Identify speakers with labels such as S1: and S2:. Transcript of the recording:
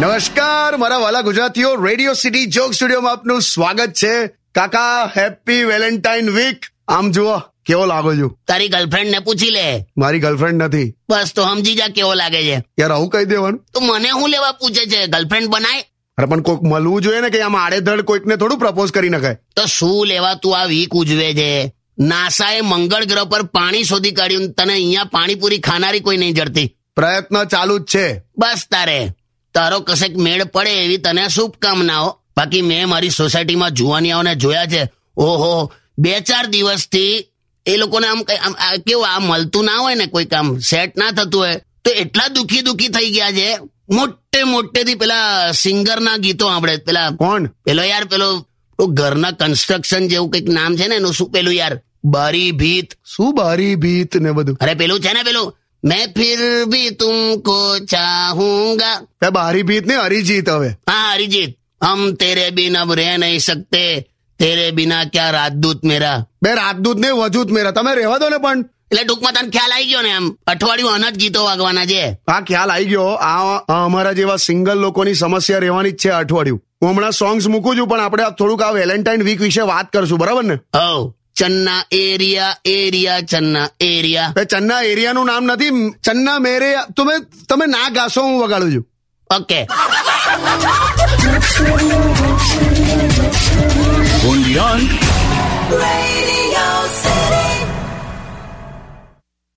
S1: નમસ્કાર મારા વાલા ગુજરાતીઓ રેડિયો સિટી જોક સ્ટુડિયોમાં આપનું સ્વાગત છે કાકા હેપી વેલેન્ટાઇન વીક આમ જુઓ કેવો લાગો છું
S2: તારી ગર્લફ્રેન્ડ ને પૂછી લે
S1: મારી ગર્લફ્રેન્ડ નથી
S2: બસ તો સમજી જા કેવો લાગે છે
S1: યાર આવું કહી દેવાનું
S2: તો મને હું લેવા પૂછે છે ગર્લફ્રેન્ડ બનાય
S1: અરે પણ કોઈક મળવું જોઈએ ને કે આમ આડેધડ કોઈકને થોડું પ્રપોઝ કરી નખાય
S2: તો શું લેવા તું આ વીક ઉજવે છે નાસાએ મંગળ ગ્રહ પર પાણી શોધી કાઢ્યું ને તને અહીંયા પાણીપુરી ખાનારી કોઈ નહીં જડતી
S1: પ્રયત્ન ચાલુ જ છે
S2: બસ તારે તારો કશેક મેળ પડે એવી તને શુભકામનાઓ બાકી મેં મારી સોસાયટીમાં જુવાનિયાઓને જોયા છે ઓહો બે ચાર દિવસથી એ લોકોને આમ કઈ- આમ આ કેવું આ મળતું ના હોય ને કોઈ કામ સેટ ના થતું હોય તો એટલા દુખી દુખી થઈ ગયા છે મોટે મોટેથી પેલા સિંગરના ગીતો આપણે પેલા
S1: કોણ
S2: પેલો યાર પેલો પેલું ઘરના કન્સ્ટ્રક્શન જેવું કંઈક નામ છે ને એનું શું પેલું યાર બારી ભીત
S1: શું બારી ભીત ને બધું
S2: અરે પેલું છે ને પેલું મેં ફિર ભી તુમકો ચાહુંગા
S1: એ બારી ભીત ને હરીજીત હવે
S2: हाँ अरिजीत हम तेरे बिना अब रह नहीं सकते તેરે બિના ક્યાં રાજદૂત મેરા
S1: બે રાજદૂત ને વજૂત મેરા તમે રહેવા દો ને પણ
S2: એટલે ટૂંકમાં તને ખ્યાલ આવી ગયો ને એમ અઠવાડિયું આના જ ગીતો વાગવાના છે
S1: આ ખ્યાલ આવી ગયો આ આ અમારા જેવા સિંગલ લોકોની સમસ્યા રહેવાની જ છે આ અઠવાડિયું હું હમણાં સોંગ્સ મૂકું છું પણ આપણે આ થોડુંક આ વેલેન્ટાઇન વીક વિશે વાત કરશું બરાબર ને
S2: હવ ચન્ના એરિયા એરિયા ચન્ના એરિયા
S1: એ ચન્ના એરિયાનું નામ નથી ચન્ના મેરે તમે તમે ના ગાશો હું વગાડું છું
S2: ઓકે
S3: Undian.
S4: Radio